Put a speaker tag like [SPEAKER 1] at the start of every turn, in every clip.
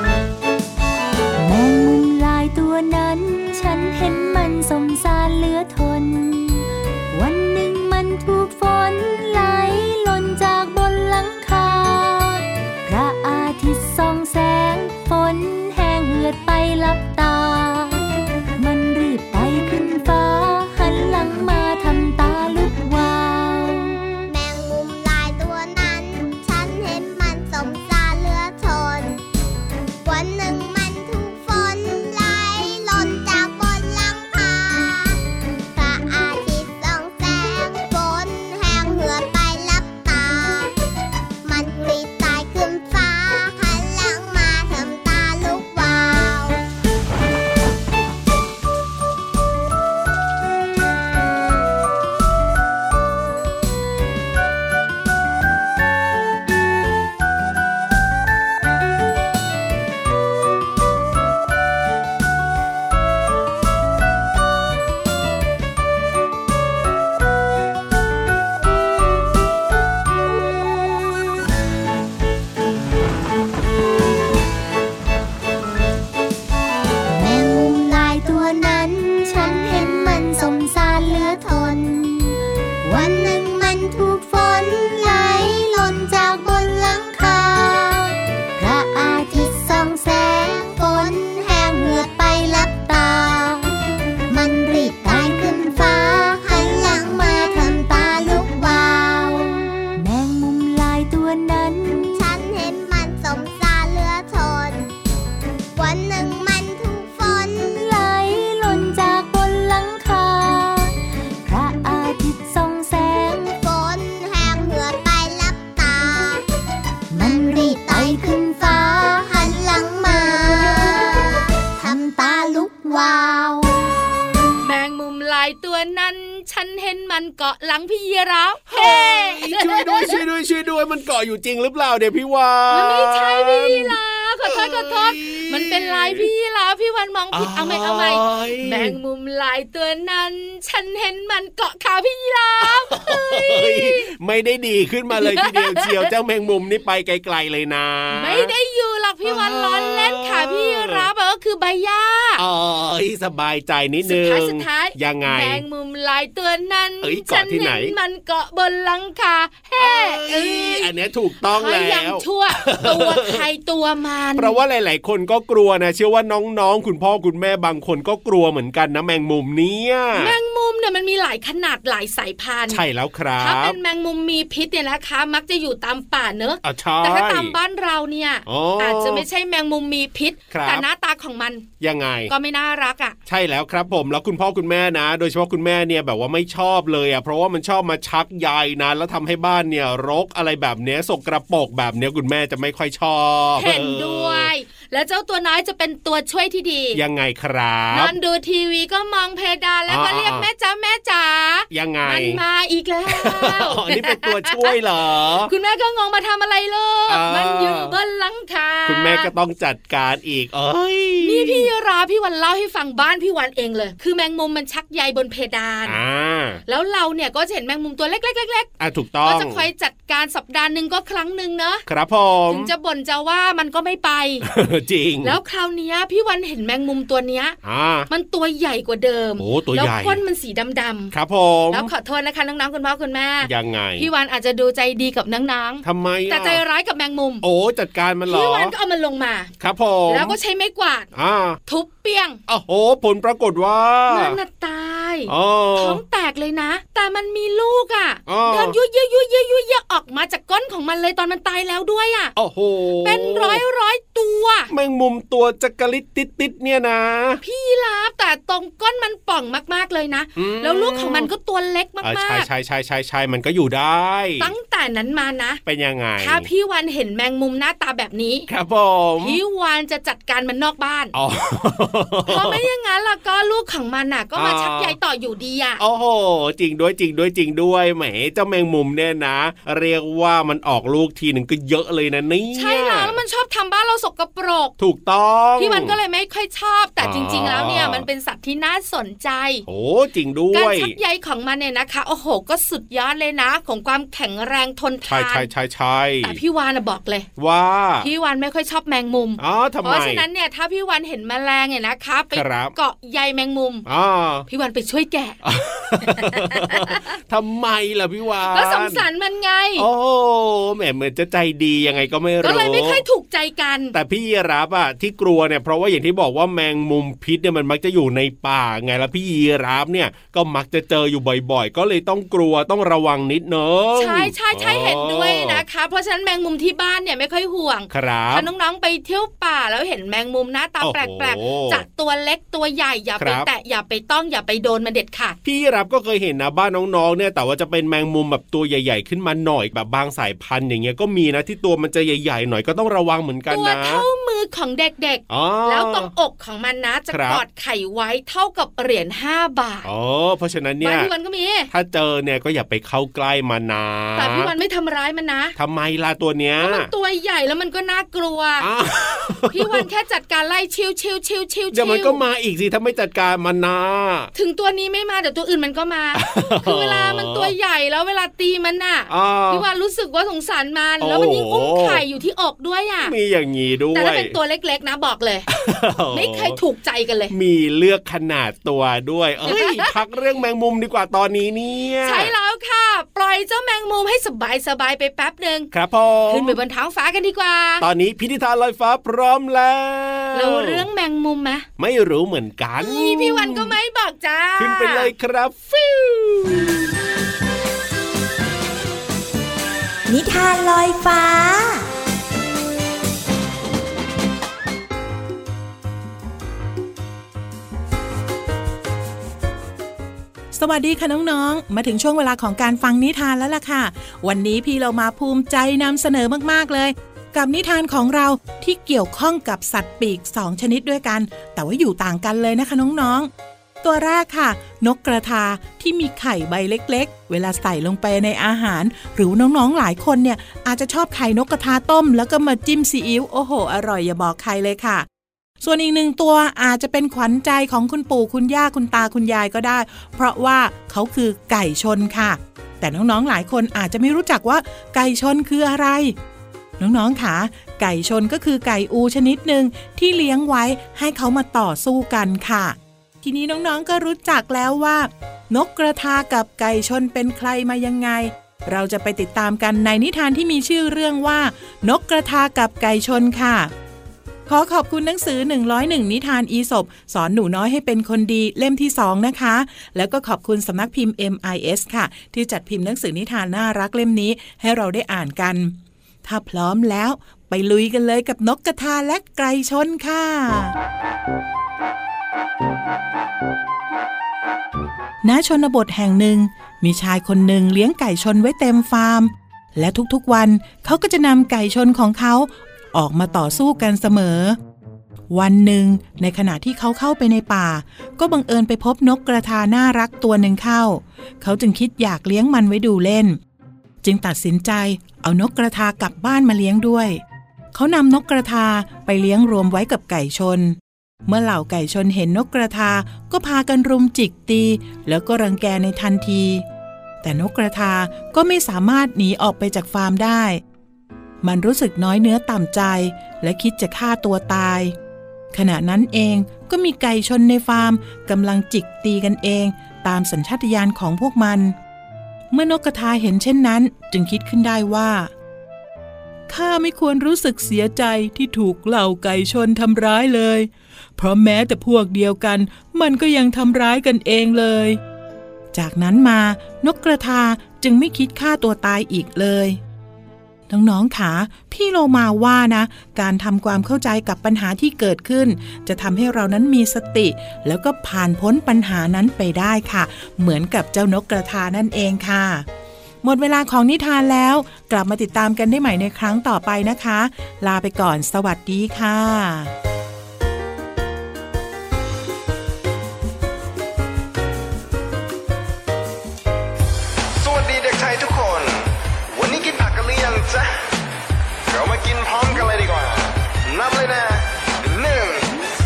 [SPEAKER 1] แมงมุมลายตัวนั้น ฉันเห็นมันสมสารเหลือทน วันหนึ่งมันถูกฝนไหลหล่นจากบนหลังคา พระอาทิตย์ส่องแสงฝนแห้งเหือดไปลับตา มันรีบไปขึ้นฟ้า หันหลังมาทำตาลุกวาว
[SPEAKER 2] แมงมุมลายตัวนั้น ฉันเห็นมันสมสารเหลือทน วันหนึ่งมันถูกฝนไหลหล่นจากบนหลังคาพระอาทิตย์ส่องแสงฝนแห้งเหือดไปลับตา มันกรีดตายขึ้นฟ้า หันหลังมาทำตาลุกวาว
[SPEAKER 1] แมงมุมลายตัวนั้น ฉันเห็นมันสมสารเหลือทน วันหนึ่งมันถูกฝนไหลหล่นจากบนหลังคา พระอาทิตย์ส่องแสงฝนแห้งเหือดไปลับตา มันรีบตายขึ้นฟ้า หันหลังมาทำตาลุกวาว แมงมุมลายตัวนั้น
[SPEAKER 2] ฉันเห็นมันสมสารเหลือทน วันหนึ่งมันถูกฝน
[SPEAKER 1] ไหลหล่นจากบนหลังคา พระอาทิตย์ส่องแสง
[SPEAKER 2] ฝนแห้งเหือดไปลับตา
[SPEAKER 1] มันรีบไต่ขึ้นฟ้า หันหลังมา ทำตาลุกวาว
[SPEAKER 3] แมงมุมลายตัวนั้น ฉันเห็นมันเกาะหลังพี่ยีราฟเฮ้
[SPEAKER 4] ช่วยด้วยช่วยด้วยช่วยด้วยมันเกาะอยู่จริงหรือเปล่าเดี๋ยวพี่วาน
[SPEAKER 3] มันไม่ใช่พี่ยีราฟขอโทษขอโทษมันเป็นลายพี่ยีราฟพี่วันมองผิดเอาไหมเอาไหม
[SPEAKER 4] อ้าย
[SPEAKER 3] แมงมุมลายตัวนั้น ฉันเห็นมันเกาะขาพี่ยีราฟเฮ้ย
[SPEAKER 4] เฮ้ยไม่ได้ดีขึ้นมาเลยทีเดียว เชียวเจ้าแมงมุมนี่ไปไกลๆเลยนะ
[SPEAKER 3] ไม่ได้อยู่หรอกพี่วัน
[SPEAKER 4] อ่า
[SPEAKER 3] ร้อนเล่นค่ะพี่รับอะก็คือใบหญ้า
[SPEAKER 4] อ๋อสบายใจนิด
[SPEAKER 3] สุด
[SPEAKER 4] นึง
[SPEAKER 3] ท้ายสุดท้าย
[SPEAKER 4] ยังไง
[SPEAKER 3] แมงมุมลายตัวนั้น
[SPEAKER 4] เอ้ย
[SPEAKER 3] ฉั
[SPEAKER 4] เกาะที่ไหน
[SPEAKER 3] เห็นมันเกาะบนหลังคาแฮ่
[SPEAKER 4] เอ้ยอันเนี้ยถูกต้อง
[SPEAKER 3] เขา
[SPEAKER 4] แล้
[SPEAKER 3] ยัง
[SPEAKER 4] ว
[SPEAKER 3] ชั่วตัวใครตัวมัน
[SPEAKER 4] เพราะว่าหลาย ๆ คนก็กลัวนะ เชื่อว่าน้องๆ คุณพ่อคุณแม่บางคนก็กลัวเหมือนกันนะแมงมุมเนี่ย
[SPEAKER 3] แมงมุมเนี่ยมันมีหลายขนาดหลายสายพันธุ์
[SPEAKER 4] ใช่แล้วครั
[SPEAKER 3] ถ้า
[SPEAKER 4] บ
[SPEAKER 3] เป็นแมงมุมมีพิษเนี่ยนะคะ มักจะอยู่ตามป่าเนอะ
[SPEAKER 4] อ่ะใช่
[SPEAKER 3] แต่ถ้าตามบ้านเราเนี่ย
[SPEAKER 4] อ๋ออ
[SPEAKER 3] อาจจะไม่ใช่แมงมุมมีพิษ
[SPEAKER 4] ครับ
[SPEAKER 3] แต่หน้าตาของมัน
[SPEAKER 4] ยังไง
[SPEAKER 3] ก็ไม่น่ารักอ่ะ
[SPEAKER 4] ใช่แล้วครับผมแล้วคุณพ่อคุณแม่นะ โดยเฉพาะคุณแม่เนี่ยแบบว่าไม่ชอบเลยอ่ะเพราะว่ามันชอบมาชักใยนะ แล้วทำให้บ้านเนี่ยรกอะไรแบบเนี้ยสกระปรกแบบเนี้ยคุณแม่จะไม่ค่อยชอบ
[SPEAKER 3] เห็นด้วย และเจ้าตัวน้อยจะเป็นตัวช่วยที่ดี
[SPEAKER 4] ยังไงครั
[SPEAKER 3] น
[SPEAKER 4] บ
[SPEAKER 3] อนดูทีวีก็มองเพดานแล้วก็
[SPEAKER 4] อ่า
[SPEAKER 3] เรียกแม่จ๋าแม่จ๋า
[SPEAKER 4] ยังไง
[SPEAKER 3] มันมาอีกแล้ว
[SPEAKER 4] อ๋อนี่เป็นตัวช่วยเหรอ
[SPEAKER 3] คุณแม่ก็งงมาทำอะไรลูก
[SPEAKER 4] อ่ามั
[SPEAKER 3] มันอยู่บนหลังคา
[SPEAKER 4] คุณแม่ก็ต้องจัดการอีกเอ้ย
[SPEAKER 3] นี่พี่ราพี่วันเล่าให้ฟังบ้านพี่วันเองเลย คือแมงมุมมันชักใยบนเพดาน
[SPEAKER 4] อ่า
[SPEAKER 3] แล้วเราเนี่ยก็จะเห็นแมงมุมตัวเล็กๆๆ
[SPEAKER 4] อ่ะถูก
[SPEAKER 3] ๆ
[SPEAKER 4] ต้อ
[SPEAKER 3] ก็
[SPEAKER 4] ง
[SPEAKER 3] จะคอยจัดการสัปดาห์หนึ่งก็ครั้งหนึ่งเนอะ
[SPEAKER 4] ครับผม
[SPEAKER 3] ถึงจะบ่นจะว่ามันก็ไม่ไป
[SPEAKER 4] จริง
[SPEAKER 3] แล้วคราวเนี้ยพี่วันเห็นแมงมุมตัวเนี้ย
[SPEAKER 4] อ่า
[SPEAKER 3] มันตัวใหญ่กว่าเดิม
[SPEAKER 4] โอ้ตัว
[SPEAKER 3] แล้ว
[SPEAKER 4] ใหญ่
[SPEAKER 3] ก้นมันสีด
[SPEAKER 4] ค
[SPEAKER 3] ำ
[SPEAKER 4] รับผม
[SPEAKER 3] ๆ แล้วขอโทษนะคะ น้องๆ คุณพ่อคุณแม่
[SPEAKER 4] ยังไง
[SPEAKER 3] พี่วานอาจจะดูใจดีกับน้อง
[SPEAKER 4] ทำไม
[SPEAKER 3] ๆ
[SPEAKER 4] อ่ะ
[SPEAKER 3] แต่ใจร้ายกับแมงมุม
[SPEAKER 4] โอ้จัดการมันเหรอ
[SPEAKER 3] พี่วานก็เอามันลงมา
[SPEAKER 4] ครับผม
[SPEAKER 3] แล้วก็ใช้ไม้กวาด
[SPEAKER 4] อ่า
[SPEAKER 3] ทุบเปี้ยง
[SPEAKER 4] โอ้โห ผลปรากฏว่า
[SPEAKER 3] มันน่ะตาย
[SPEAKER 4] อ๋อ
[SPEAKER 3] ท้องแตกเลยนะ แต่มันมีลูกอ่ะ
[SPEAKER 4] อ๋อ
[SPEAKER 3] เดินยุ่ยยุ่ยยุ่ยยุ่ยยุ่ยออกมาจากก้นของมันเลยตอนมันตายแล้วด้วยอ่ะ
[SPEAKER 4] โอ้โห
[SPEAKER 3] เป็นร้อยร้อยๆตั ตัว
[SPEAKER 4] แมงมุมตัวจักริดติดติดๆเนี่ยนะ
[SPEAKER 3] พี่ยีราฟแต่ตรงก้นมันป่องมากๆเลยนะ
[SPEAKER 4] อืม
[SPEAKER 3] แล้วลูกของมันก็ตัวเล็ก
[SPEAKER 4] อ่ะ
[SPEAKER 3] มา
[SPEAKER 4] ใช่
[SPEAKER 3] ก
[SPEAKER 4] ใช่ใช่ใช่ใช่มันก็อยู่ได้
[SPEAKER 3] ๆ ตั้งแต่นั้นมานะ
[SPEAKER 4] เป็นยังไง
[SPEAKER 3] ถ้าพี่วันเห็นแมงมุมหน้าตาแบบนี้
[SPEAKER 4] ครับผม
[SPEAKER 3] พี่วันจะจัดการมันนอกบ้าน
[SPEAKER 4] อ๋อ
[SPEAKER 3] เพราะไม่อย่างนั้นแล้วก็ลูกของมันน่ะ ก็มา
[SPEAKER 4] อ่า
[SPEAKER 3] ชักใยต่ออยู่ดีอ่ะ
[SPEAKER 4] โอ้โหจริงด้วยจริงด้วยจริงด้วยแหมเจ้าแมงมุมเนี่ยนะ เรียกว่ามันออกลูกทีหนึ่งก็เยอะเลยนะเนี่ย
[SPEAKER 3] ใช่แล้วแล้วมันชอบทำบ้านเราสกปรก
[SPEAKER 4] ถูกต้อง
[SPEAKER 3] พี่วันก็เลยไม่ค่อยชอบแต่
[SPEAKER 4] อ๋อ
[SPEAKER 3] จริง ๆ แล้วเนี่ยมันเป็นสัตว์ที่น่าสนใจ
[SPEAKER 4] โอ้จริงด้
[SPEAKER 3] การ
[SPEAKER 4] วย
[SPEAKER 3] ชักใยของมันเนี่ยนะคะ โอ้โห ก็สุดยอดเลยนะ ของความแข็งแรงทน
[SPEAKER 4] ใช่
[SPEAKER 3] ทาน
[SPEAKER 4] ใช่ใช่ใช่
[SPEAKER 3] แต่พี่วานน่ะบอกเลย
[SPEAKER 4] ว่า
[SPEAKER 3] พี่วานไม่ค่อยชอบแมงมุม
[SPEAKER 4] อ๋อทำ
[SPEAKER 3] เพ
[SPEAKER 4] ไม
[SPEAKER 3] ราะฉะนั้นเนี่ยถ้าพี่วานเห็นแมลงเนี่ยนะคะไป
[SPEAKER 4] ครับ
[SPEAKER 3] เกาะใยแมงมุม
[SPEAKER 4] อ๋ อ
[SPEAKER 3] พี่วานไปช่วยแกะ
[SPEAKER 4] ทำไมล่ะพี่วาน
[SPEAKER 3] ก็สงสารมันไง
[SPEAKER 4] โอ้แหมเหมือนจะใจดียังไงก็ไม่รู้
[SPEAKER 3] ก็เลยไม่ค่อยถูกใจกัน
[SPEAKER 4] แต่พี่ยีรับอะที่กลัวเนี่ยเพราะว่าอย่างที่บอกว่าแมงมุมพิษเนี่ยมันมักจะอยู่ในป่าไงแล้วพี่ยีรับเนี่ยก็มักจะเจออยู่บ่อยๆ ก็เลยต้องกลัวต้องระวังนิดนึง
[SPEAKER 3] ใช่ใช่ใช่
[SPEAKER 4] อ๋อ
[SPEAKER 3] เห็นด้วยนะคะ เพราะฉะนั้นแมงมุมที่บ้านเนี่ยไม่ค่อยห่วง
[SPEAKER 4] ครับ
[SPEAKER 3] ถ้าน้องๆ ไปเที่ยวป่าแล้วเห็นแมงมุมหน้าตา
[SPEAKER 4] โอ้
[SPEAKER 3] แป
[SPEAKER 4] โห
[SPEAKER 3] ลกๆจะตัวเล็กตัวใหญ่อย่า
[SPEAKER 4] ค
[SPEAKER 3] ไป
[SPEAKER 4] รับ
[SPEAKER 3] แตะอย่าไปต้องอย่าไปโดนมันเด็ดขาด
[SPEAKER 4] พี่ยีรับก็เคยเห็นนะบ้านน้องๆเนี่ยแต่ว่าจะเป็นแมงมุมแบบตัวใหญ่ๆ ขึ้นมาหน่อยแบบบางสายพันธุ์อย่างเงี้ยก็มีนะที่ตัวมันจะใหญ่ๆหน่อยก็ต้องระวังเหมือนกัน
[SPEAKER 3] ตัว
[SPEAKER 4] นะ
[SPEAKER 3] เท่ามือของเด็ก
[SPEAKER 4] อ๋อ
[SPEAKER 3] ๆ แล้วตรงอกของมันนะจะ
[SPEAKER 4] ครับ
[SPEAKER 3] กอดไข่ไว้เท่ากับเหรียญ5บาท
[SPEAKER 4] อ๋อเพราะฉะนั้น
[SPEAKER 3] บ้า
[SPEAKER 4] เนี่
[SPEAKER 3] น
[SPEAKER 4] ย
[SPEAKER 3] พี่วันก็มี
[SPEAKER 4] ถ้าเจอเนี่ยก็อย่าไปเข้าใกล้มันนะ
[SPEAKER 3] แต่พี่วันไม่ทำร้ายมันนะ
[SPEAKER 4] ทำไมล่ะตัวเนี้ย
[SPEAKER 3] ตัวใหญ่แล้วมันก็น่ากลัว
[SPEAKER 4] อ้าว
[SPEAKER 3] พี่วันแค่จัดการไล่ชิวชิวชิวชิว
[SPEAKER 4] เดี๋ยวมันก็มาอีกสิถ้าไม่จัดการมันนะ
[SPEAKER 3] ถึงตัวนี้ไม่มาเดี๋ยวตัวอื่นมันก็มา คือเวลามันตัวใหญ่แล้วเวลาตีมันน่ะ
[SPEAKER 4] อ่า
[SPEAKER 3] พี่วานรู้สึกว่าสงสารมัน
[SPEAKER 4] โอ้
[SPEAKER 3] แล้วมันยิ่งอุ้มไข่อยู่ที่อกด้วยอ่ะ
[SPEAKER 4] มีอย่างงี้ด้วย
[SPEAKER 3] แต่ถ้าเป็นตัวเล็กๆนะบอกเลย ไม่เคยถูกใจกันเลย
[SPEAKER 4] มีเลือกขนาดตัวด้วย เอ้ย พักเรื่องแมงมุมดีกว่าตอนนี้เนี่ย
[SPEAKER 3] ใช่แล้วค่ะ ปล่อยเจ้าแมงมุมให้สบายๆไปแป๊บหนึ่ง
[SPEAKER 4] ครับผม
[SPEAKER 3] ขึ้นไปบนท้องฟ้ากันดีกว่า
[SPEAKER 4] ตอนนี้พิธีทานลอยฟ้าพร้อมแล้ว
[SPEAKER 3] เราเรื่องแมงมุมไหม
[SPEAKER 4] ไม่รู้เหมือนกัน
[SPEAKER 3] นี่พี่วันก็ไม่บอกจ้า
[SPEAKER 4] ขึ้นไปเลยครับฟิว
[SPEAKER 1] นิทานลอยฟ้า
[SPEAKER 5] สวัสดีค่ะน้องๆ มาถึงช่วงเวลาของการฟังนิทานแล้วล่ะค่ะ วันนี้พี่เรามาภูมิใจนำเสนอมากๆเลย กับนิทานของเราที่เกี่ยวข้องกับสัตว์ปีก 2 ชนิดด้วยกัน แต่ว่าอยู่ต่างกันเลยนะคะน้องๆ ตัวแรกค่ะ นกกระทาที่มีไข่ใบเล็กๆ เวลาใส่ลงไปในอาหาร หรือน้องๆหลายคนเนี่ยอาจจะชอบไข่นกกระทาต้ม แล้วก็มาจิ้มซีอิ๊วโอ้โห อร่อยอย่าบอกใครเลยค่ะ ส่วนอีกหนึ่งตัวอาจจะเป็นขวัญใจของคุณปู่คุณย่าคุณตาคุณยายก็ได้ เพราะว่าเขาคือไก่ชนค่ะ แต่น้องๆหลายคนอาจจะไม่รู้จักว่าไก่ชนคืออะไร น้องๆค่ะไก่ชนก็คือไก่อูชนิดหนึ่งที่เลี้ยงไว้ให้เขามาต่อสู้กันค่ะ ทีนี้น้องๆก็รู้จักแล้วว่า นกกระทากับไก่ชนเป็นใครมายังไง เราจะไปติดตามกันในนิทานที่มีชื่อเรื่องว่า นกกระทากับไก่ชนค่ะ ขอขอบคุณหนังสือ 101 นิทานอีสบสอนหนูน้อยให้เป็นคนดีเล่มที่ 2 นะคะ แล้วก็ขอบคุณสำนักพิมพ์ MIS ค่ะ ที่จัดพิมพ์หนังสือนิทานน่ารักเล่มนี้ให้เราได้อ่านกัน ถ้าพร้อมแล้ว ไปลุยกันเลยกับนกกระทาและไกรชนค่ะ ณชนบทแห่งหนึ่ง มีชายคนหนึ่งเลี้ยงไก่ชนไว้เต็มฟาร์ม และทุกๆวันเขาก็จะนำไก่ชนของเขา ออกมาต่อสู้กันเสมอ วันหนึ่ง ในขณะที่เขาเข้าไปในป่า ก็บังเอิญไปพบนกกระทาน่ารักตัวหนึ่งเข้า เขาจึงคิดอยากเลี้ยงมันไว้ดูเล่น จึงตัดสินใจเอานกกระทากลับบ้านมาเลี้ยงด้วย เขานำนกกระทาไปเลี้ยงรวมไว้กับไก่ชน เมื่อเหล่าไก่ชนเห็นนกกระทาก็พากันรุมจิกตี แล้วก็รังแกในทันที แต่นกกระทาก็ไม่สามารถหนีออกไปจากฟาร์มได้ มันรู้สึกน้อยเนื้อต่ำใจ และคิดจะฆ่าตัวตาย ขณะนั้นเองก็มีไก่ชนในฟาร์มกำลังจิกตีกันเอง ตามสัญชาตญาณของพวกมัน เมื่อนกกระทาเห็นเช่นนั้น จึงคิดขึ้นได้ว่า ข้าไม่ควรรู้สึกเสียใจที่ถูกเหล่าไก่ชนทำร้ายเลย เพราะแม้แต่พวกเดียวกัน มันก็ยังทำร้ายกันเองเลย จากนั้นมานกกระทาจึงไม่คิดฆ่าตัวตายอีกเลย น น้องๆค่ะพี่โลมาว่านะ การทำความเข้าใจกับปัญหาที่เกิดขึ้น จะทำให้เรานั้นมีสติ แล้วก็ผ่านพ้นปัญหานั้นไปได้ค่ะ เหมือนกับเจ้านกกระทานั่นเองค่ะ หมดเวลาของนิทานแล้ว กลับมาติดตามกันได้ใหม่ในครั้งต่อไปนะคะ ลาไปก่อนสวัสดีค่ะ
[SPEAKER 6] สวัสดีเด็กชายทุกคน วันนี้กินผักกันหรือยังจ๊ะ เรามากินพร้อมกันเลยดีกว่า นับเลยนะหนึ่ง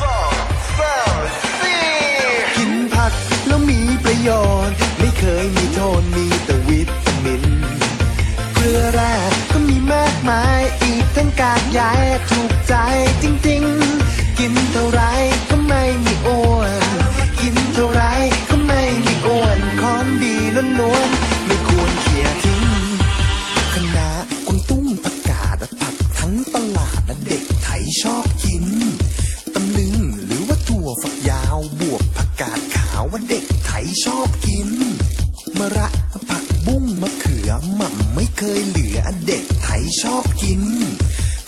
[SPEAKER 6] สองสามสี่
[SPEAKER 7] กินผักแล้วมีประโยชน์ ไม่เคยมีโทษมีแต่วิตามิน เกลือแร่ก็มีมากมาย อีกทั้งกากใยถูกใจจริงๆ กินเท่าไรก็ไม่มีอ้วน กินเท่าไรก็ไม่มีอ้วนของดีล้วนๆไม่ควรเขี่ยทิ้ง คะน้าคุณตุ้มผักกาดและผักทั้งตลาดและเด็กไทยชอบกิน ตำลึงหรือว่าถั่วฝักยาวบวกผักกาดขาวว่าเด็กไทยชอบกิน มะระผักบุ้งมะเขือหม่ำไม่เคยเหลือเด็กไทยชอบกิน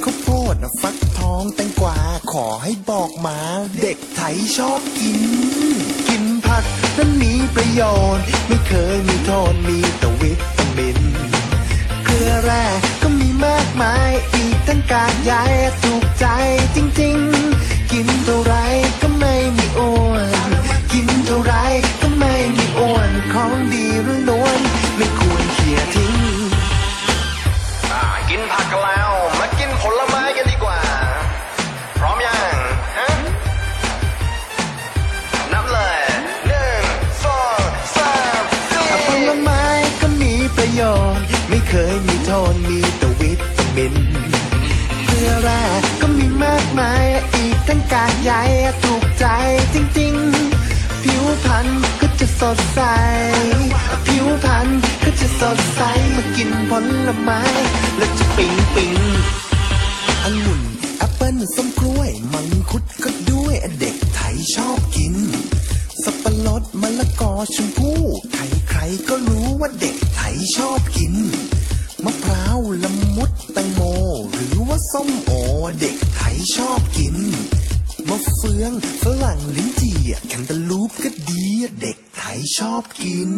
[SPEAKER 7] ข้าวโพดน่ะฟักทองแตงกวาขอให้บอกมา เด็กไทยชอบกิน กินผักนั้นมีประโยชน์ ไม่เคยมีโทษมีแต่วิตามิน เกลือแร่ก็มีมากมาย อีกทั้งกากใยถูกใจจริงๆ กินเท่าไรก็ไม่มีอ้วน กินเท่าไรก็ไม่มีอ้วนของดีล้วนๆไม่ควรเขี่ยทิ้ง
[SPEAKER 6] อ่ากินผักกันแล้ว มากินผลไม้กันดีกว่า พร้อมยังฮะ นับเลยหนึ่งสองสามสี่
[SPEAKER 7] ผลไม้ก็มีประโยชน์ ไม่เคยมีโทษมีแต่วิตามินเกลือแร่ก็มีมากมาย อีกทั้งกากใยถูกใจจริงๆ ผิวพรรณก็จะสดใส ผิวพรรณก็จะสดใสมากินผลไม้แล้วจะปิ๊งปิ๊งๆองุ่นแอปเปิ้ลส้มกล้วย มังคุดก็ด้วยเด็กไทยชอบกิน สับปะรดมะละกอชมพู่ใครใครๆก็รู้ว่าเด็กไทยชอบกิน มะพร้าวละมุดแตงโม หรือว่าส้มโอเด็กไทยชอบกิน มะเฟืองฝรั่งลิ้นจี่อะแคนตาลูปก็ดีอะเด็กไทยชอบกิน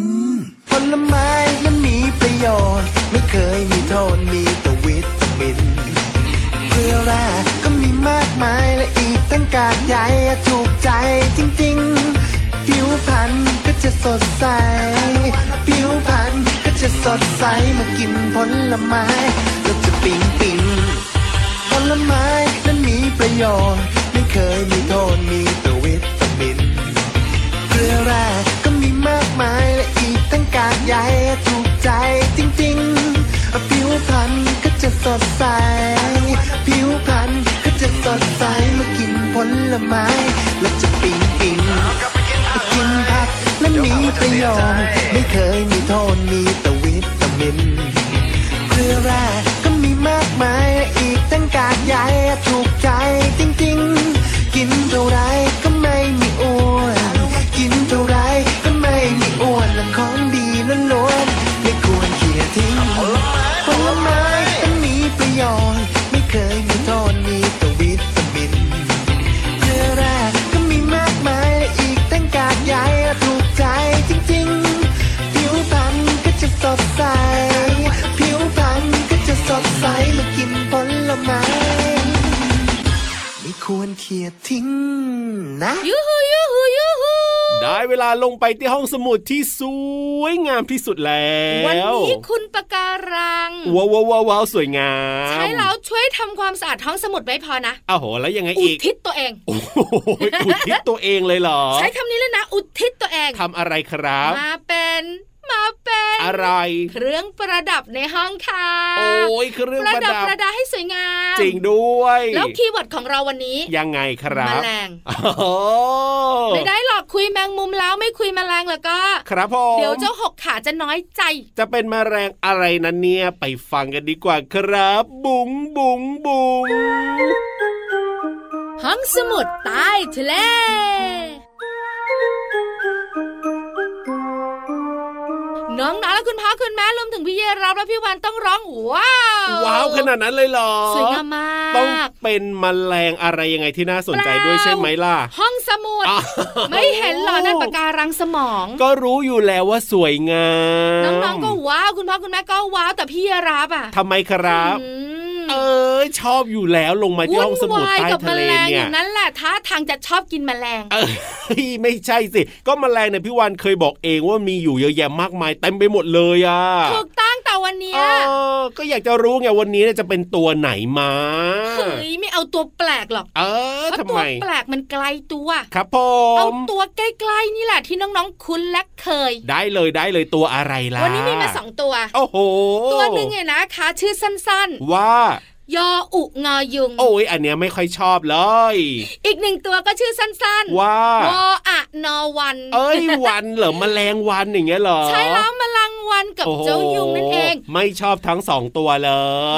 [SPEAKER 7] ผลไม้นั้นมีประโยชน์ ไม่เคยมีโทษมีแต่วิตามิน เกลือแร่ก็มีมากมายและอีกตั้งกากใยถูกใจจริงๆ ผิวพรรณก็จะสดใส ผิวพรรณก็จะสดใสมากินผลไม้แล้วจะปิ๊งปิ๊งผลไม้นั้นมีประโยชน์ ไม่เคยมีโทษมีแต่วิตามิน เกลือแร่ก็มีมากมายและอีกตั้งกากใยถูกใจจริงๆ ผิวพรรณก็จะสดใส ผิวพรรณก็จะสดใสเมื่อกินผลไม้แล้วจะปิ๊งปิ๊งกินผักและมีประโยชน์ไม่เคยมีโทษมีแต่วิตามิน เกลือแร่ก็มีมากมายอีกตั้งกากใยถูกใจจริงๆ กินเท่าไรก็ไม่มีอ้วนกินเท่าไรก็ไม่มีอ้วนและของดีล้วนๆไม่ควรเขี่ยทิ้งผลไม้ก็มีประโยชน์ไม่เคยมีโทษมีแต่วิตามิน เกลือแร่ก็มีมากมายและอีกตั้งกากใยถูกใจจริงๆ ผิวพรรณก็จะสดใส ผิวพรรณก็จะสดใสเมื่อกินผลไม้ไม่ควรเขียดทิ้งนะ
[SPEAKER 3] ยูฮูยูฮูยูฮู
[SPEAKER 4] ได้เวลาลงไปที่ห้องสมุดที่สวยงามที่สุดแล้ว
[SPEAKER 3] วันนี้คุณปะการัง
[SPEAKER 4] ว้าวว้าวว้าวว้าวสวยงาม
[SPEAKER 3] ใช้แล้วช่วยทำความสะอาดท้องสมุดไม่พอนะ
[SPEAKER 4] อ้าวโหแล้วยังไง
[SPEAKER 3] อุ
[SPEAKER 4] อีก
[SPEAKER 3] ทิศตัวเอง
[SPEAKER 4] โอ้โหอุทิศตัวเองเลยเหรอ
[SPEAKER 3] ใช้คำนี้เลยนะ อุทิศตัวเอง
[SPEAKER 4] ทำอะไรครับ
[SPEAKER 3] มาเป็นมาเป็น
[SPEAKER 4] อะไร
[SPEAKER 3] เครื่องประดับในห้องค่ะ
[SPEAKER 4] โอ้ยเครื่อง
[SPEAKER 3] ป
[SPEAKER 4] ประระ
[SPEAKER 3] ดับ
[SPEAKER 4] ดับ
[SPEAKER 3] ประดาให้สวยงาม
[SPEAKER 4] จริงด้วย
[SPEAKER 3] แล้วคีย์เวิร์ดของเราวันนี้
[SPEAKER 4] ยังไงครั
[SPEAKER 3] แม
[SPEAKER 4] บ
[SPEAKER 3] ลง
[SPEAKER 4] โอ้โห
[SPEAKER 3] ไม่ได้หรอกคุยแมงมุมแล้วไม่คุยแมลงแล้วก็
[SPEAKER 4] ครับผม
[SPEAKER 3] เดี๋ยวเจ้าหกขาจะน้อยใจ
[SPEAKER 4] จะเป็นแมลงอะไรนั้นเนี่ยไปฟังกันดีกว่าครับ บุ๋งบุ๋งบุ๋ง
[SPEAKER 3] ห้องสมุดใต้ทะเล ม น้องๆและคุณพ่อคุณแม่รวมถึงพี่เยรับและพี่วันต้องร้องว้าว
[SPEAKER 4] ว้าวขนาดนั้นเลยเหรอ
[SPEAKER 3] สวยงามมา
[SPEAKER 4] ต้อง
[SPEAKER 3] ก
[SPEAKER 4] เป็นแมลงอะไรยังไงที่น่าสนใจด้วยใช่ไหมล่ะ
[SPEAKER 3] ห้องสมุด
[SPEAKER 4] อ้าว
[SPEAKER 3] ไม่เห็นเหรอนั่นปะการังสมอง
[SPEAKER 4] ก็รู้อยู่แล้วว่าสวยงาม
[SPEAKER 3] น้องๆก็ว้าวคุณพ่อคุณแม่ก็ว้าวแต่พี่รับอ่ะ
[SPEAKER 4] ทำไมครับ
[SPEAKER 3] อืม
[SPEAKER 4] เออชอบอยู่แล้วลงมาที่ห้องสมุด
[SPEAKER 3] วุ่นวาย
[SPEAKER 4] ใต้
[SPEAKER 3] กับแม
[SPEAKER 4] ทะเล
[SPEAKER 3] ลง
[SPEAKER 4] เนี่
[SPEAKER 3] อย ย่างนั้นแหละท่าทางจะชอบกินแมลง
[SPEAKER 4] เอ้ยไม่ใช่สิ ก็แมลงเนี่ยพี่วานเคยบอกเองว่ามีอยู่เยอะแยะมากมายเต็มไปหมดเลยอ่ะ
[SPEAKER 3] ถูกต้องแต่วันเนี้ย
[SPEAKER 4] เออก็อยากจะรู้ไงวันนี้เนี่ยจะเป็นตัวไหนมา
[SPEAKER 3] เฮ้ยไม่เอาตัวแปลกหรอก
[SPEAKER 4] เออ
[SPEAKER 3] เพราะ
[SPEAKER 4] ทำ
[SPEAKER 3] ตัว
[SPEAKER 4] ไม
[SPEAKER 3] แปลกมันไกลตัว
[SPEAKER 4] ครับผ
[SPEAKER 3] เอา
[SPEAKER 4] ม
[SPEAKER 3] ตัวใกล้ๆนี่แหละที่น้องๆคุ้นและเคย
[SPEAKER 4] ได้เลยได้เลยตัวอะไรล่ะ
[SPEAKER 3] วันนี้มีมาสองตัว
[SPEAKER 4] โอ้โห
[SPEAKER 3] ตัวหนึ่งเนี่ยนะคะชื่อสั้น
[SPEAKER 4] ว่า
[SPEAKER 3] ๆ ยออุงอยุง
[SPEAKER 4] โอ้ยอันเนี้ยไม่ค่อยชอบเลย
[SPEAKER 3] อีกหนึ่งตัวก็ชื่อสั้นๆ
[SPEAKER 4] ว่า
[SPEAKER 3] วออะนอวัน
[SPEAKER 4] เอ้ยวันเหรอแมลงวันอย่างเงี้ยเหรอ
[SPEAKER 3] ใช่แล้วแมลังวันกับ
[SPEAKER 4] โอ้โห
[SPEAKER 3] เจ้ายุงนั่นเอง
[SPEAKER 4] ไม่ชอบทั้งสองตัวเล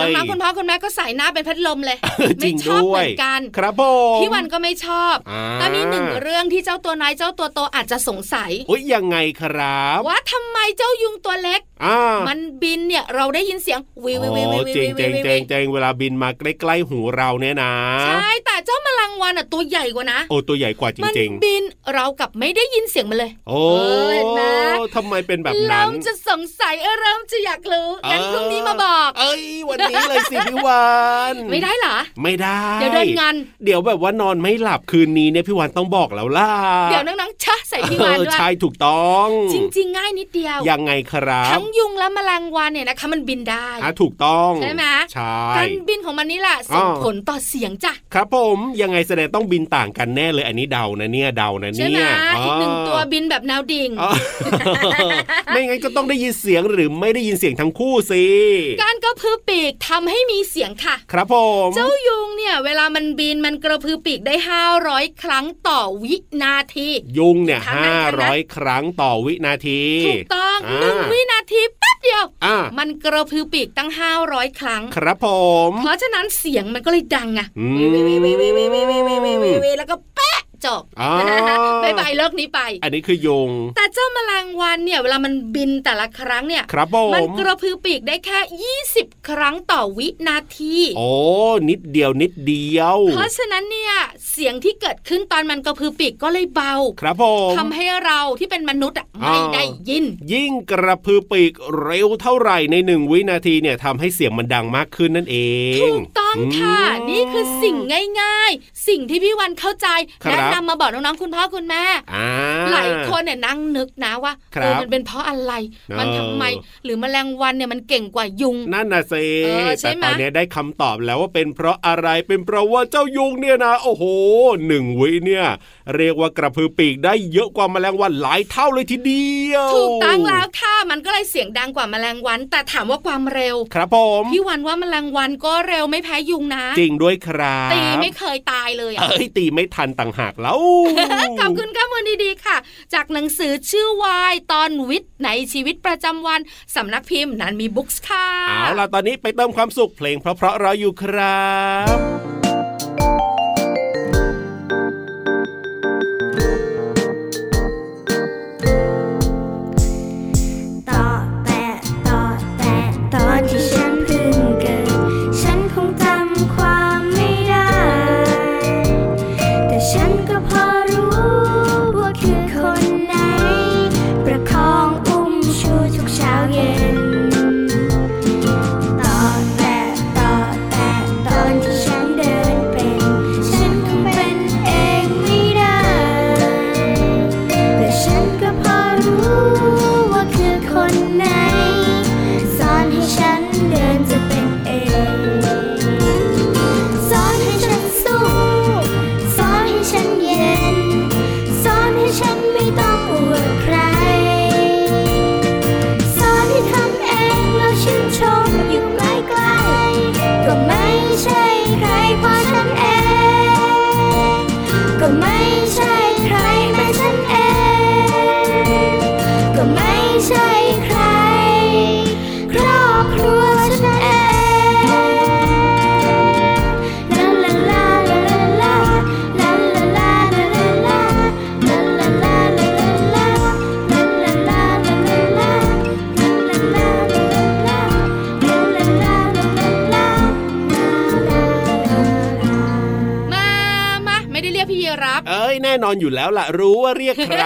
[SPEAKER 4] ย
[SPEAKER 3] น้องๆคุณพ่อคุณแม่ก็ใส่หน้าเป็นพัดลมเลย
[SPEAKER 4] จ
[SPEAKER 3] ไม่
[SPEAKER 4] ริง
[SPEAKER 3] ชอบ
[SPEAKER 4] ด้ว
[SPEAKER 3] เหมื
[SPEAKER 4] ย
[SPEAKER 3] อนกัน
[SPEAKER 4] ครับผม
[SPEAKER 3] พี่วันก็ไม่ชอบ
[SPEAKER 4] อ่า
[SPEAKER 3] แต่มีหนึ่งเรื่องที่เจ้าตัวน้อยเจ้าตัวโตอาจจะสงสัย
[SPEAKER 4] อุ้ยยังไงครับ
[SPEAKER 3] ว่าทำไมเจ้ายุงตัวเล็ก
[SPEAKER 4] อ่า
[SPEAKER 3] มันบินเนี่ยเราได้ยินเสียงวิววิววิว
[SPEAKER 4] โอ้
[SPEAKER 3] วิว
[SPEAKER 4] เจ
[SPEAKER 3] วิ
[SPEAKER 4] ง
[SPEAKER 3] ว
[SPEAKER 4] เจงเจ
[SPEAKER 3] วิ
[SPEAKER 4] ง
[SPEAKER 3] ว
[SPEAKER 4] เจงเวลาบินมาใกล้ๆหูเราเนี่ยนะ
[SPEAKER 3] ใช่แต่เจ้าแมลังวันอ่ะตัวใหญ่กว่านะ
[SPEAKER 4] โอ้ตัวใหญ่กว่าจ
[SPEAKER 3] มัน
[SPEAKER 4] ริง
[SPEAKER 3] บินเรากลับไม่ได้ยินเสียงมันเลย
[SPEAKER 4] ๆ โอ้
[SPEAKER 3] เออเห็นไหม
[SPEAKER 4] ทำไมเป็นแบบ
[SPEAKER 3] เริ่
[SPEAKER 4] นั้น
[SPEAKER 3] มจะสงสัยเออเริ่มจะอยากรู้งั้นพรุ่งนี้มาบอก
[SPEAKER 4] เอ้ย วันนี้เลยสิพี่วัน
[SPEAKER 3] ไม่ได้เหรอ
[SPEAKER 4] ไม่ได้
[SPEAKER 3] เดี๋ยวโดนงอน
[SPEAKER 4] เดี๋ยวแบบว่านอนไม่หลับคืนนี้เนี่ยพี่วันต้องบอกแล้วล่ะ
[SPEAKER 3] เดี๋ยวน้องๆชะใส่พี่วาน
[SPEAKER 4] เออ
[SPEAKER 3] ด้วย
[SPEAKER 4] ใช่ถูกต้อง
[SPEAKER 3] จริง ๆ ง่ายนิดเดียว
[SPEAKER 4] ยังไงครับ
[SPEAKER 3] ทั้งยุงและแมลงวันเนี่ยนะคะ มันบินได้
[SPEAKER 4] อ่ะถูกต้อง
[SPEAKER 3] ใช่ไหม
[SPEAKER 4] ใช่
[SPEAKER 3] การบินของมันนี่แหละส่ง
[SPEAKER 4] อ้าว
[SPEAKER 3] ผลต่อเสียงจ้ะ
[SPEAKER 4] ครับผมยังไงแสดงต้องบินต่างกันแน่เลยอันนี้เดานะเนี่ยเดานะ
[SPEAKER 3] ใช่ไหม
[SPEAKER 4] เนี่ย
[SPEAKER 3] อีกหนึ่งตัวบินแบบแนวดิ่ง
[SPEAKER 4] อ๋อ ไม่งั้นก็ต้องได้ยินเสียงหรือไม่ได้ยินเสียงทั้งคู่สิ
[SPEAKER 3] การกระพือปีกทำให้มีเสียงค่ะ
[SPEAKER 4] ครับผม
[SPEAKER 3] เจ้ายุงเนี่ย เวลามันบินมันกระพือปีกได้ 500 ครั้งต่อวินาที
[SPEAKER 4] ยุงเนี่ย
[SPEAKER 3] ครั้งนั้
[SPEAKER 4] ห้าน ร้อยครั้งต่อวินาที
[SPEAKER 3] ถูกต้อง
[SPEAKER 4] า
[SPEAKER 3] หนึ่งวินาทีแป๊บเดียว
[SPEAKER 4] อ่า
[SPEAKER 3] มันกระพือปีกตั้ง 500 ครั้ง
[SPEAKER 4] ครับผม
[SPEAKER 3] เพราะฉะนั้นเสียงมันก็เลยดังไง
[SPEAKER 4] อืม
[SPEAKER 3] วีแล้วก็แปะจบ
[SPEAKER 4] อ๋อ
[SPEAKER 3] บายบายเลิกนี้ไป
[SPEAKER 4] อันนี้คือยุง
[SPEAKER 3] แต่เจ้าแมลงวันเนี่ย เวลามันบินแต่ละครั้งเนี่ย
[SPEAKER 4] ครับผ
[SPEAKER 3] มัน
[SPEAKER 4] ม
[SPEAKER 3] กระพือปีกได้แค่ 20 ครั้งต่อวินาที
[SPEAKER 4] โอ้นิดเดียวนิดเดียว
[SPEAKER 3] เพราะฉะนั้นเนี่ย เสียงที่เกิดขึ้นตอนมันกระพือปีกก็เลยเบา
[SPEAKER 4] ครับผม
[SPEAKER 3] ทำให้เราที่เป็นมนุษย์อะไม่
[SPEAKER 4] อ๋อ
[SPEAKER 3] ได้ยิน
[SPEAKER 4] ยิ่งกระพือปีกเร็วเท่าไหร่ในหนึ่งวินาทีเนี่ยทำให้เสียงมันดังมากขึ้นนั่นเอง
[SPEAKER 3] ถูกต้องค่ะ
[SPEAKER 4] ม
[SPEAKER 3] นี่คือสิ่งง่าย ๆ สิ่งที่พี่วันเข้าใจ
[SPEAKER 4] ครับ
[SPEAKER 3] แนะนำมาบอกน้องๆคุณพ่อคุณแม่
[SPEAKER 4] อ่า
[SPEAKER 3] หลายคนเนี่ยนั่งนึกนะว่า
[SPEAKER 4] ครับ
[SPEAKER 3] เออมันเป็นเพราะอะไร
[SPEAKER 4] เออ
[SPEAKER 3] มันทำไม หรือแมลงวันเนี่ยมันเก่งกว่ายุง
[SPEAKER 4] นั่นน่ะสิ
[SPEAKER 3] เออใช่
[SPEAKER 4] แต่
[SPEAKER 3] ไหม
[SPEAKER 4] ตอนนี้ได้คำตอบแล้วว่าเป็นเพราะอะไรเป็นเพราะว่าเจ้ายุงเนี่ยนะ โอ้โหหนึ่งวิเนี่ย เรียกว่ากระพือปีกได้เยอะกว่าแมลงวันหลายเท่าเลยทีเดียว
[SPEAKER 3] ถูกต้องแล้วค่ะ มันก็เลยเสียงดังกว่าแมลงวัน แต่ถามว่าความเร็ว
[SPEAKER 4] ครับผม
[SPEAKER 3] พี่วันว่าแมลงวันก็เร็วไม่แพ้ยุงนะ
[SPEAKER 4] จริงด้วยครับ
[SPEAKER 3] ตีไม่เคยตายเลยอะ
[SPEAKER 4] เอ้ยตีไม่ทันต่างหากแล้ว
[SPEAKER 3] ขอบคุณข้อมูลดีๆค่ะ จากหนังสือชื่อวายตอนวิทย์ในชีวิตประจำวันสำนักพิมพ์นันมีบุ๊กส์ค่ะ
[SPEAKER 4] เอาล่ะ ตอนนี้ไปเติมความสุขเพลงเพราะๆรออยู่ครับ
[SPEAKER 1] ต่อแต่ต่อแต่ตอนที่ฉันเพิ่งเกิด ฉันคงจำความไม่ได้ แต่ฉันก็พอรู้ว่าคือคนไหน ประคองอุ้มชูทุกเช้าเย็น ต่อแต่ต่อแต่ตอนที่ฉันเดิน
[SPEAKER 4] เอ้ยแน่นอนอยู่แล้วล่ะ รู้ว่าเรียกใคร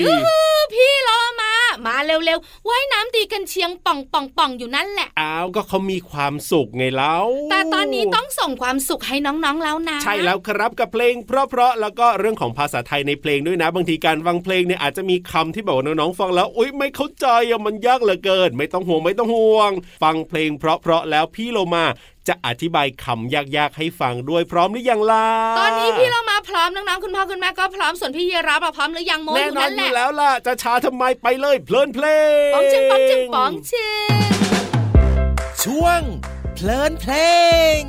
[SPEAKER 3] ยูหูพี่โลมามาเร็วๆว่ายน้ำตีกันเชียงป่องป่องป่องอยู่นั่นแหละ
[SPEAKER 4] อ้าวก็เขามีความสุขไงแล้ว
[SPEAKER 3] แต่ตอนนี้ต้องส่งความสุขให้น้องๆแล้วนะ
[SPEAKER 4] ใช่แล้วครับกับเพลงเพราะๆแล้วก็เรื่องของภาษาไทยในเพลงด้วยนะ บางทีการฟังเพลงเนี่ยอาจจะมีคำที่แบบว่าน้องๆฟังแล้วอุ้ยไม่เข้าใจอะมันยากเหลือเกิน ไม่ต้องห่วงไม่ต้องห่วง ฟังเพลงเพราะๆแล้วพี่โลมาจะอธิบายคำยากๆให้ฟังด้วยพร้อมหรือยังล่ะ
[SPEAKER 3] ตอนนี้พี่เรามาพร้อมน้องๆคุณพ่อคุณแม่ก็พร้อมส่วนพี่เยรับอะพร้อมหรือยังโม
[SPEAKER 4] แน่
[SPEAKER 3] อ
[SPEAKER 4] น
[SPEAKER 3] ยู่
[SPEAKER 4] อน
[SPEAKER 3] นั่น
[SPEAKER 4] อ
[SPEAKER 3] แหละ
[SPEAKER 4] ยู่แล้วล่ะจะช้าทำไมไปเลยเพลินเพลง
[SPEAKER 3] ป๋องชิงป๋องชิงป๋องชิง
[SPEAKER 2] ช่วง เพลินเพลง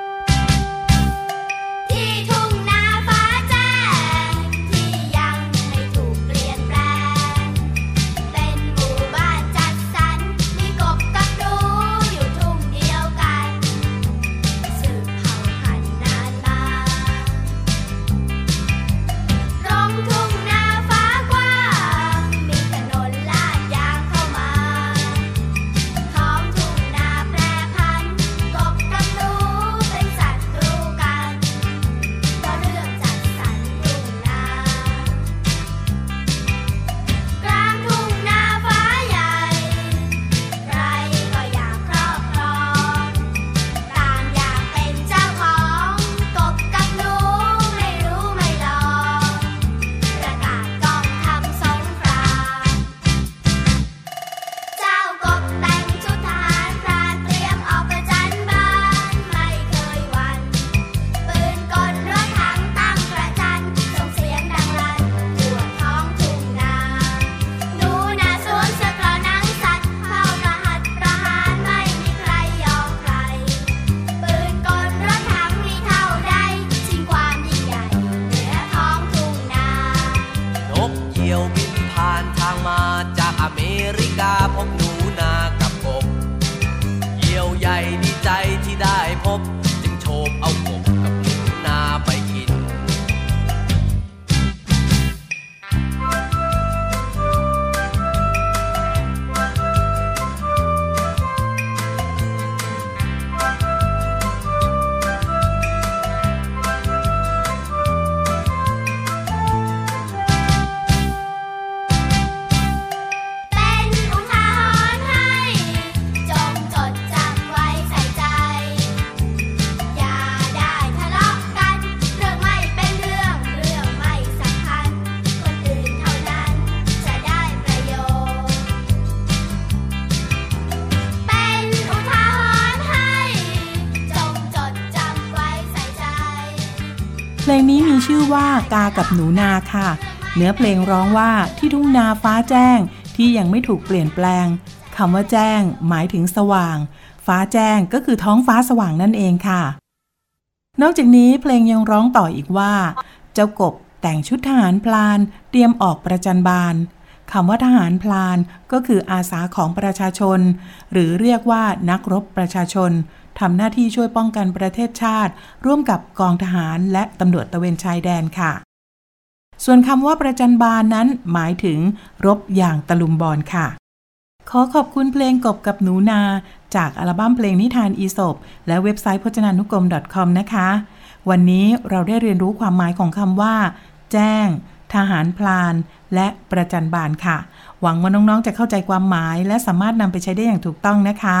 [SPEAKER 8] ที่ทุ่งนาฟ้าแจ้งที่ยังไม่ถูกเปลี่ยนแปลง เป็นหมู่บ้านจัดสรรมีกบกับหนูอยู่ทุ่งเดียวกันสืบเผ่าพันธุ์นานมาตรงทุ่งนาฟ้ากว้างมีถนนลาดยางเข้ามา ท้องทุ่งนาแปรพันธุ์กบกับหนูเป็นศัตรูกัน ก็เลือกจัดสรรทุ่งนา กลางทุ่งนาฟ้าใหญ่ ใครก็อยากครอบครอง ต่างอยากเป็นเจ้าของ กบกับหนูไม่รู้ไม่ลอง ประกาศกองทำสงคราม เจ้ากบแต่งชุดทหารพรานเตรียมออกประจันบานไม่เคยหวัน ปืนกลรถถังตั้งกระจันส่งเสียงดังลั่นทั่วท้องทุ่งนา หนูนาสวมเสื้อกลอหนังสัตว์เข้าประหัตประหารไม่มีใครยอมใคร ปืนกลรถถังมีเท่าใดชิงความยิ่งใหญ่เหนือท้องทุ่งนา
[SPEAKER 9] นกเหยี่ยวบินผ่านทางมาจากอเมริกาพบหนูนากับกบเหยี่ยวใหญ่ดีใจที่ได้พบ จึงโฉบเอากบกับหนูนาไปกิน
[SPEAKER 8] เป็นอุทาหรณ์ให้ จงจดจำไว้ใส่ใจ อย่าได้ทะเลาะกัน เรื่องไม่เป็นเรื่อง เรื่องไม่สำคัญ คนอื่นเท่านั้นจะได้ประโยชน์ เป็นอุทาหรณ์ให้ จงจดจำไว้ใส่ใจ
[SPEAKER 5] เพลงนี้มีชื่อว่ากากับหนูนาค่ะ เนื้อเพลงร้องว่าที่ทุ่งนาฟ้าแจ้งที่ยังไม่ถูกเปลี่ยนแปลงคำว่าแจ้ง หมายถึงสว่าง ฟ้าแจ้งก็คือท้องฟ้าสว่างนั่นเองค่ะ นอกจากนี้เพลงยังร้องต่ออีกว่า เจ้ากบแต่งชุดทหารพลาน เตรียมออกประจันบานคำว่าทหารพลานก็คืออาสาของประชาชน หรือเรียกว่านักรบประชาชนทำหน้าที่ช่วยป้องกันประเทศชาติ ร่วมกับกองทหารและตำรวจตระเวนชายแดนค่ะ ส่วนคำว่าประจันบานนั้นหมายถึงรบอย่างตะลุมบอลค่ะ ขอขอบคุณเพลงกบกับหนูนา จากอัลบั้มเพลงนิทานอีสบและเว็บไซต์พจนานุกรม .com นะคะ วันนี้เราได้เรียนรู้ความหมายของคำว่า แจ้ง ทหารพลาน และประจันบานค่ะ หวังว่าน้อง ๆ จะเข้าใจความหมายและสามารถนำไปใช้ได้อย่างถูกต้องนะคะ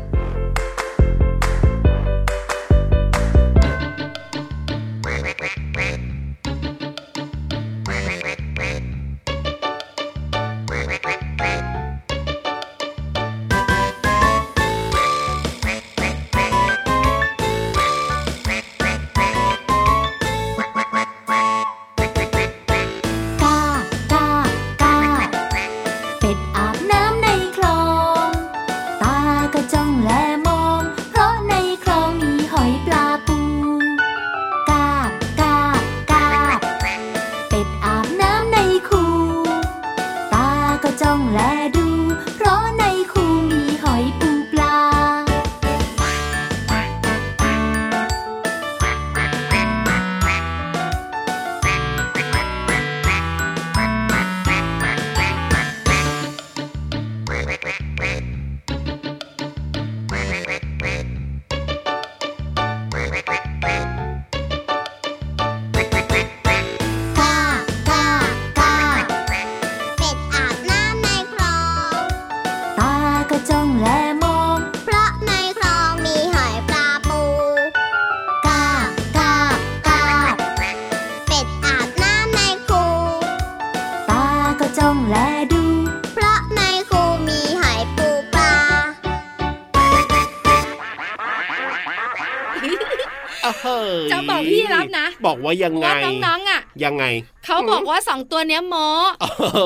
[SPEAKER 1] กากากาเป็ดอาบน้ำในคลอง ตาก็จ้อง
[SPEAKER 4] เฮ้ย
[SPEAKER 3] จะบอกพี่รับนะ
[SPEAKER 4] บอกว่ายังไง
[SPEAKER 3] ว่าน้องๆอ่ะ
[SPEAKER 4] ยังไง
[SPEAKER 3] เขาบอกว่าสองตัวเนี้ยโม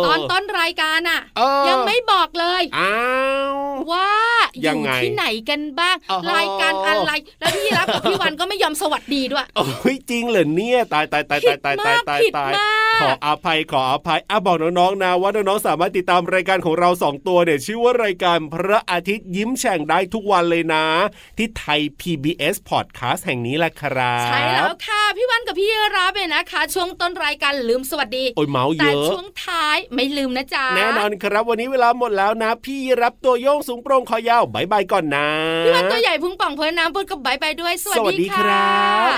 [SPEAKER 3] ตอนต้นรายการอ่ะ
[SPEAKER 4] เออ
[SPEAKER 3] ยังไม่บอกเลย
[SPEAKER 4] อ้าว
[SPEAKER 3] ว่าอ
[SPEAKER 4] ยัง
[SPEAKER 3] ยู่
[SPEAKER 4] ไง
[SPEAKER 3] ที่ไหนกันบ้าง
[SPEAKER 4] อ๋อ
[SPEAKER 3] รายการอะไร แล้วพี่รับกับพี่วันก็ไม่ยอมสวัสดีด้วย
[SPEAKER 4] โอ้ยจริงเหรอเนี่ยตายตายตาย
[SPEAKER 3] ผิ
[SPEAKER 4] ตาย
[SPEAKER 3] ด
[SPEAKER 4] ตาย
[SPEAKER 3] มา
[SPEAKER 4] ตายตาย
[SPEAKER 3] กผิด
[SPEAKER 4] ตาย
[SPEAKER 3] มาก
[SPEAKER 4] ขออภัยขออภัยอ่ะบอกน้องๆนะว่าน้องๆสามารถติดตามรายการของเราสองตัวเนี่ยชื่อว่ารายการพระอาทิตย์ยิ้มแฉ่งได้ทุกวันเลยนะ ที่ไทย PBS Podcast แห่งนี้แหละครับ
[SPEAKER 3] ใช่แล้วค่ะ พี่วันกับพี่รับเนี่ยนะคะ ช่วงต้นรายการลืมสวัสดี
[SPEAKER 4] โอ้ยเมาส์เย
[SPEAKER 3] แต่
[SPEAKER 4] อะ
[SPEAKER 3] ช่วงท้ายไม่ลืมนะจ๊ะ
[SPEAKER 4] แน่นอนครับวันนี้เวลาหมดแล้วนะ พี่รับตัวโยงสูงโปร่งคอยาวบายบายก่อนนะ
[SPEAKER 3] พี่วันตัวใหญ่พุงป่องเพลินน้ำพูดกับบายบายด้วย สวั
[SPEAKER 4] สวัสดีครั
[SPEAKER 3] ะ
[SPEAKER 4] บ